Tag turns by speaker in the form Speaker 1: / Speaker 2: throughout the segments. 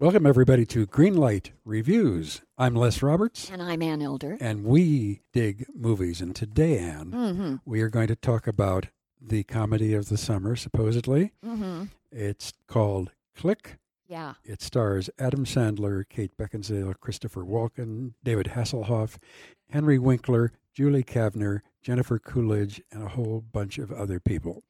Speaker 1: Welcome, everybody, to Greenlight Reviews. I'm Les Roberts,
Speaker 2: And I'm Ann Elder.
Speaker 1: and we dig movies. And today, Anne,
Speaker 2: Mm-hmm.
Speaker 1: we are going to talk about the comedy of the summer, supposedly.
Speaker 2: Mm-hmm.
Speaker 1: It's called Click.
Speaker 2: Yeah.
Speaker 1: It stars Adam Sandler, Kate Beckinsale, Christopher Walken, David Hasselhoff, Henry Winkler, Julie Kavner, Jennifer Coolidge, and a whole bunch of other people.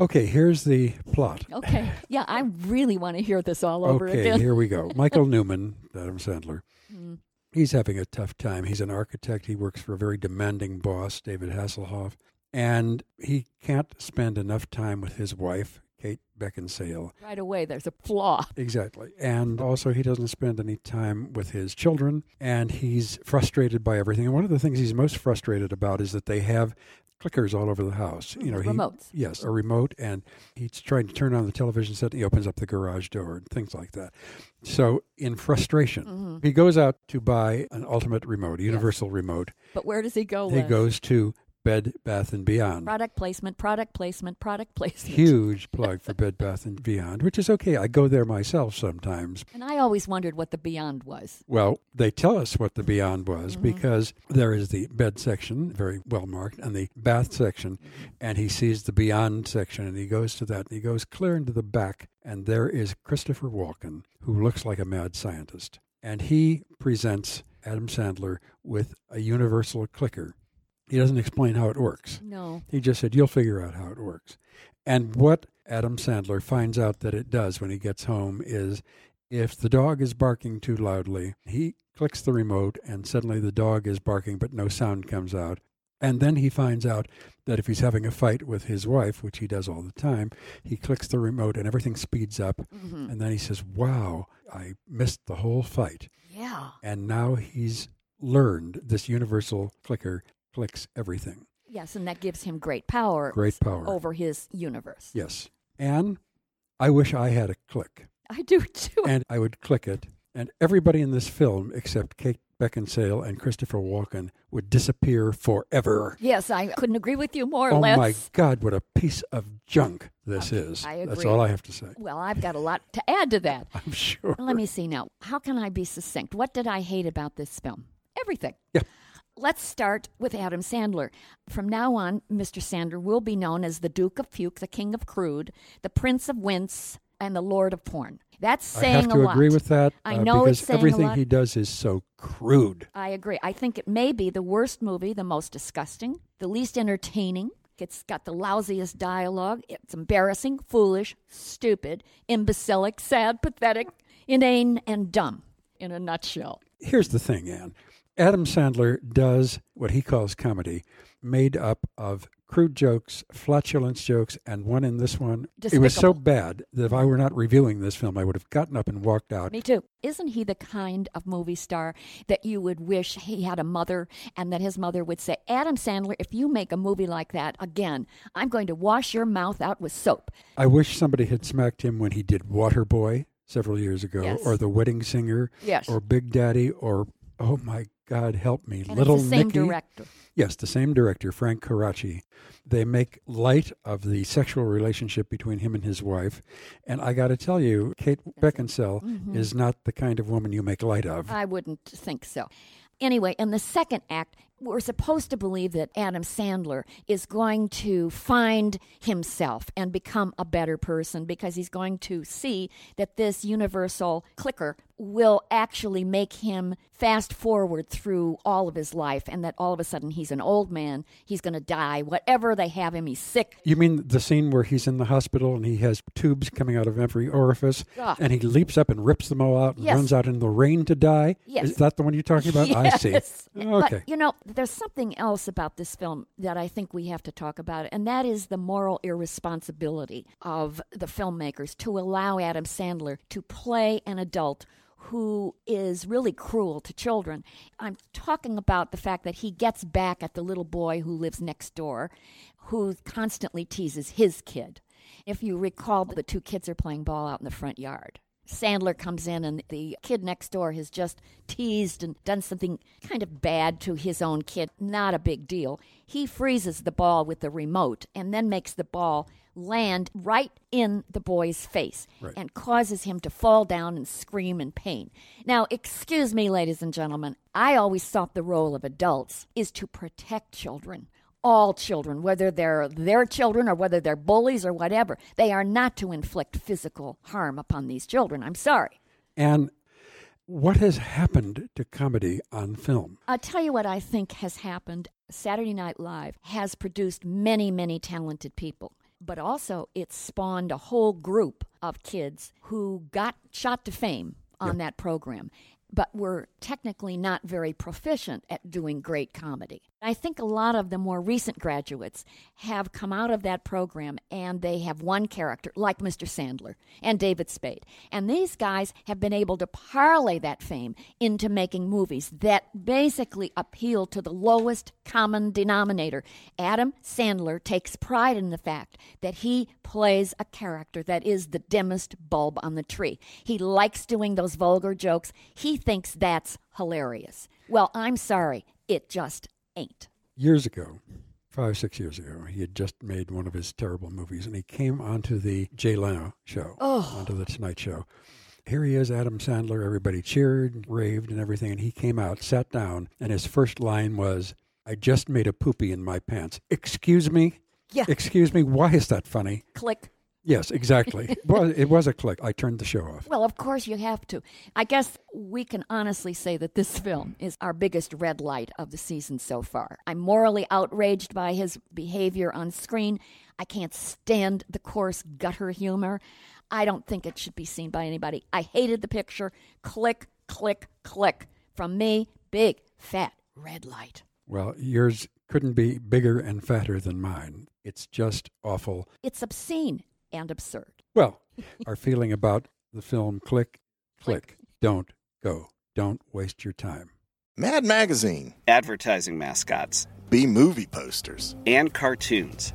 Speaker 1: Okay, here's the plot.
Speaker 2: Okay. Yeah, I really want to hear this all over
Speaker 1: Okay,
Speaker 2: again.
Speaker 1: here we go. Michael Newman, Adam Sandler.
Speaker 2: Mm.
Speaker 1: He's having a tough time. He's an architect. He works for a very demanding boss, David Hasselhoff, and he can't spend enough time with his wife, Kate Beckinsale.
Speaker 2: Right away, there's a flaw.
Speaker 1: Exactly. And also, he doesn't spend any time with his children, and he's frustrated by everything. And one of the things he's most frustrated about is that they have clickers all over the house. You know, he,
Speaker 2: Remotes.
Speaker 1: Yes, a remote, and he's trying to turn on the television set. He opens up the garage door and things like that. So, in frustration, he goes out to buy an ultimate remote, a universal remote.
Speaker 2: But where does he go?
Speaker 1: He
Speaker 2: Les?
Speaker 1: goes to Bed Bath and Beyond.
Speaker 2: Product placement, product placement, product placement.
Speaker 1: Huge plug for Bed Bath and Beyond, which is okay. I go there myself sometimes.
Speaker 2: And I always wondered what the beyond was.
Speaker 1: Well, they tell us what the beyond was because there is the bed section, very well marked, and the bath section. And he sees the beyond section and he goes to that and he goes clear into the back. And there is Christopher Walken, who looks like a mad scientist. And he presents Adam Sandler with a universal clicker. He doesn't explain how it works.
Speaker 2: No.
Speaker 1: He just said, You'll figure out how it works. And what Adam Sandler finds out that it does when he gets home is if the dog is barking too loudly, he clicks the remote and suddenly the dog is barking, but no sound comes out. And then he finds out that if he's having a fight with his wife, which he does all the time, he clicks the remote and everything speeds up.
Speaker 2: Mm-hmm.
Speaker 1: And then he says, Wow, I missed the whole fight.
Speaker 2: Yeah.
Speaker 1: And now he's learned this universal clicker clicks everything.
Speaker 2: Yes, and that gives him great power
Speaker 1: Great power.
Speaker 2: over his universe.
Speaker 1: Yes. And I wish I had a click.
Speaker 2: I do too.
Speaker 1: And I would click it. And everybody in this film, except Kate Beckinsale and Christopher Walken, would disappear forever.
Speaker 2: yes, I couldn't agree with you more,
Speaker 1: oh
Speaker 2: Les.
Speaker 1: my God, what a piece of junk this is.
Speaker 2: I
Speaker 1: That's
Speaker 2: agree.
Speaker 1: all I have to say.
Speaker 2: Well, I've got a lot to add to that.
Speaker 1: I'm sure.
Speaker 2: Let me see now. How can I be succinct? What did I hate about this film? Everything.
Speaker 1: Yeah.
Speaker 2: Let's start with Adam Sandler. From now on, Mr. Sandler will be known as the Duke of Puke, the King of Crude, the Prince of Wince, and the Lord of Porn. That's saying
Speaker 1: I have to
Speaker 2: a lot.
Speaker 1: agree with that.
Speaker 2: I
Speaker 1: uh,
Speaker 2: know
Speaker 1: because
Speaker 2: it's saying a
Speaker 1: everything
Speaker 2: lot.
Speaker 1: he does is so crude.
Speaker 2: I agree. I think it may be the worst movie, the most disgusting, the least entertaining. It's got the lousiest dialogue. It's embarrassing, foolish, stupid, imbecilic, sad, pathetic, inane, and dumb in a nutshell.
Speaker 1: Here's the thing, Anne. Adam Sandler does what he calls comedy, made up of crude jokes, flatulence jokes, and one in this one. It was so
Speaker 2: Despicable.
Speaker 1: bad that if I were not reviewing this film, I would have gotten up and walked out.
Speaker 2: Me too. Isn't he the kind of movie star that you would wish he had a mother and that his mother would say, Adam Sandler, if you make a movie like that again, I'm going to wash your mouth out with soap.
Speaker 1: I wish somebody had smacked him when he did Waterboy several years ago,
Speaker 2: Yes.
Speaker 1: or The Wedding Singer,
Speaker 2: Yes.
Speaker 1: or Big Daddy, or oh my God, help me,
Speaker 2: And
Speaker 1: Little
Speaker 2: it's the same
Speaker 1: Nicky.
Speaker 2: director.
Speaker 1: Yes, the same director, Frank Karachi. They make light of the sexual relationship between him and his wife. And I got to tell you, Kate Beckinsale
Speaker 2: Mm-hmm.
Speaker 1: is not the kind of woman you make light of.
Speaker 2: I wouldn't think so. Anyway, in the second act, we're supposed to believe that Adam Sandler is going to find himself and become a better person because he's going to see that this universal clicker will actually make him fast forward through all of his life and that all of a sudden he's an old man, he's going to die, whatever they have him, he's sick.
Speaker 1: You mean the scene where he's in the hospital and he has tubes coming out of every orifice
Speaker 2: Yeah.
Speaker 1: and he leaps up and rips them all out and
Speaker 2: Yes.
Speaker 1: runs out in the rain to die?
Speaker 2: Yes.
Speaker 1: Is that the one you're talking about? I
Speaker 2: Yes.
Speaker 1: see. Okay.
Speaker 2: But, you know, there's something else about this film that I think we have to talk about, and that is the moral irresponsibility of the filmmakers to allow Adam Sandler to play an adult who is really cruel to children. I'm talking about the fact that he gets back at the little boy who lives next door who constantly teases his kid. If you recall, the two kids are playing ball out in the front yard. Sandler comes in, and the kid next door has just teased and done something kind of bad to his own kid. Not a big deal. He freezes the ball with the remote and then makes the ball land right in the boy's face
Speaker 1: Right.
Speaker 2: and causes him to fall down and scream in pain. Now, excuse me, ladies and gentlemen, I always thought the role of adults is to protect children. All children, whether they're their children or whether they're bullies or whatever, they are not to inflict physical harm upon these children. I'm sorry.
Speaker 1: And what has happened to comedy on film?
Speaker 2: I'll tell you what I think has happened. Saturday Night Live has produced many, many talented people, but also it spawned a whole group of kids who got shot to fame on that program, but were technically not very proficient at doing great comedy. I think a lot of the more recent graduates have come out of that program and they have one character, like Mr. Sandler and David Spade. And these guys have been able to parlay that fame into making movies that basically appeal to the lowest common denominator. Adam Sandler takes pride in the fact that he plays a character that is the dimmest bulb on the tree. He likes doing those vulgar jokes, he thinks that's hilarious. Well, I'm sorry, it just ain't.
Speaker 1: years ago, five, six years ago, he had just made one of his terrible movies and he came onto the Jay Leno show, onto the Tonight Show. Here he is, Adam Sandler. Everybody cheered and raved and everything. And he came out, sat down, and his first line was, I just made a poopy in my pants. Excuse me?
Speaker 2: Yeah.
Speaker 1: Excuse me? Why is that funny?
Speaker 2: Click.
Speaker 1: Yes, exactly. well, it was a click. I turned the show off.
Speaker 2: Well, of course you have to. I guess we can honestly say that this film is our biggest red light of the season so far. I'm morally outraged by his behavior on screen. I can't stand the coarse gutter humor. I don't think it should be seen by anybody. I hated the picture. Click, click, click. From me, big, fat, red light.
Speaker 1: Well, yours couldn't be bigger and fatter than mine. It's just awful.
Speaker 2: It's obscene and absurd.
Speaker 1: Well, our feeling about the film click, click, don't go. Don't waste your time.
Speaker 3: Mad Magazine,
Speaker 4: advertising mascots,
Speaker 3: B movie posters.
Speaker 4: and cartoons.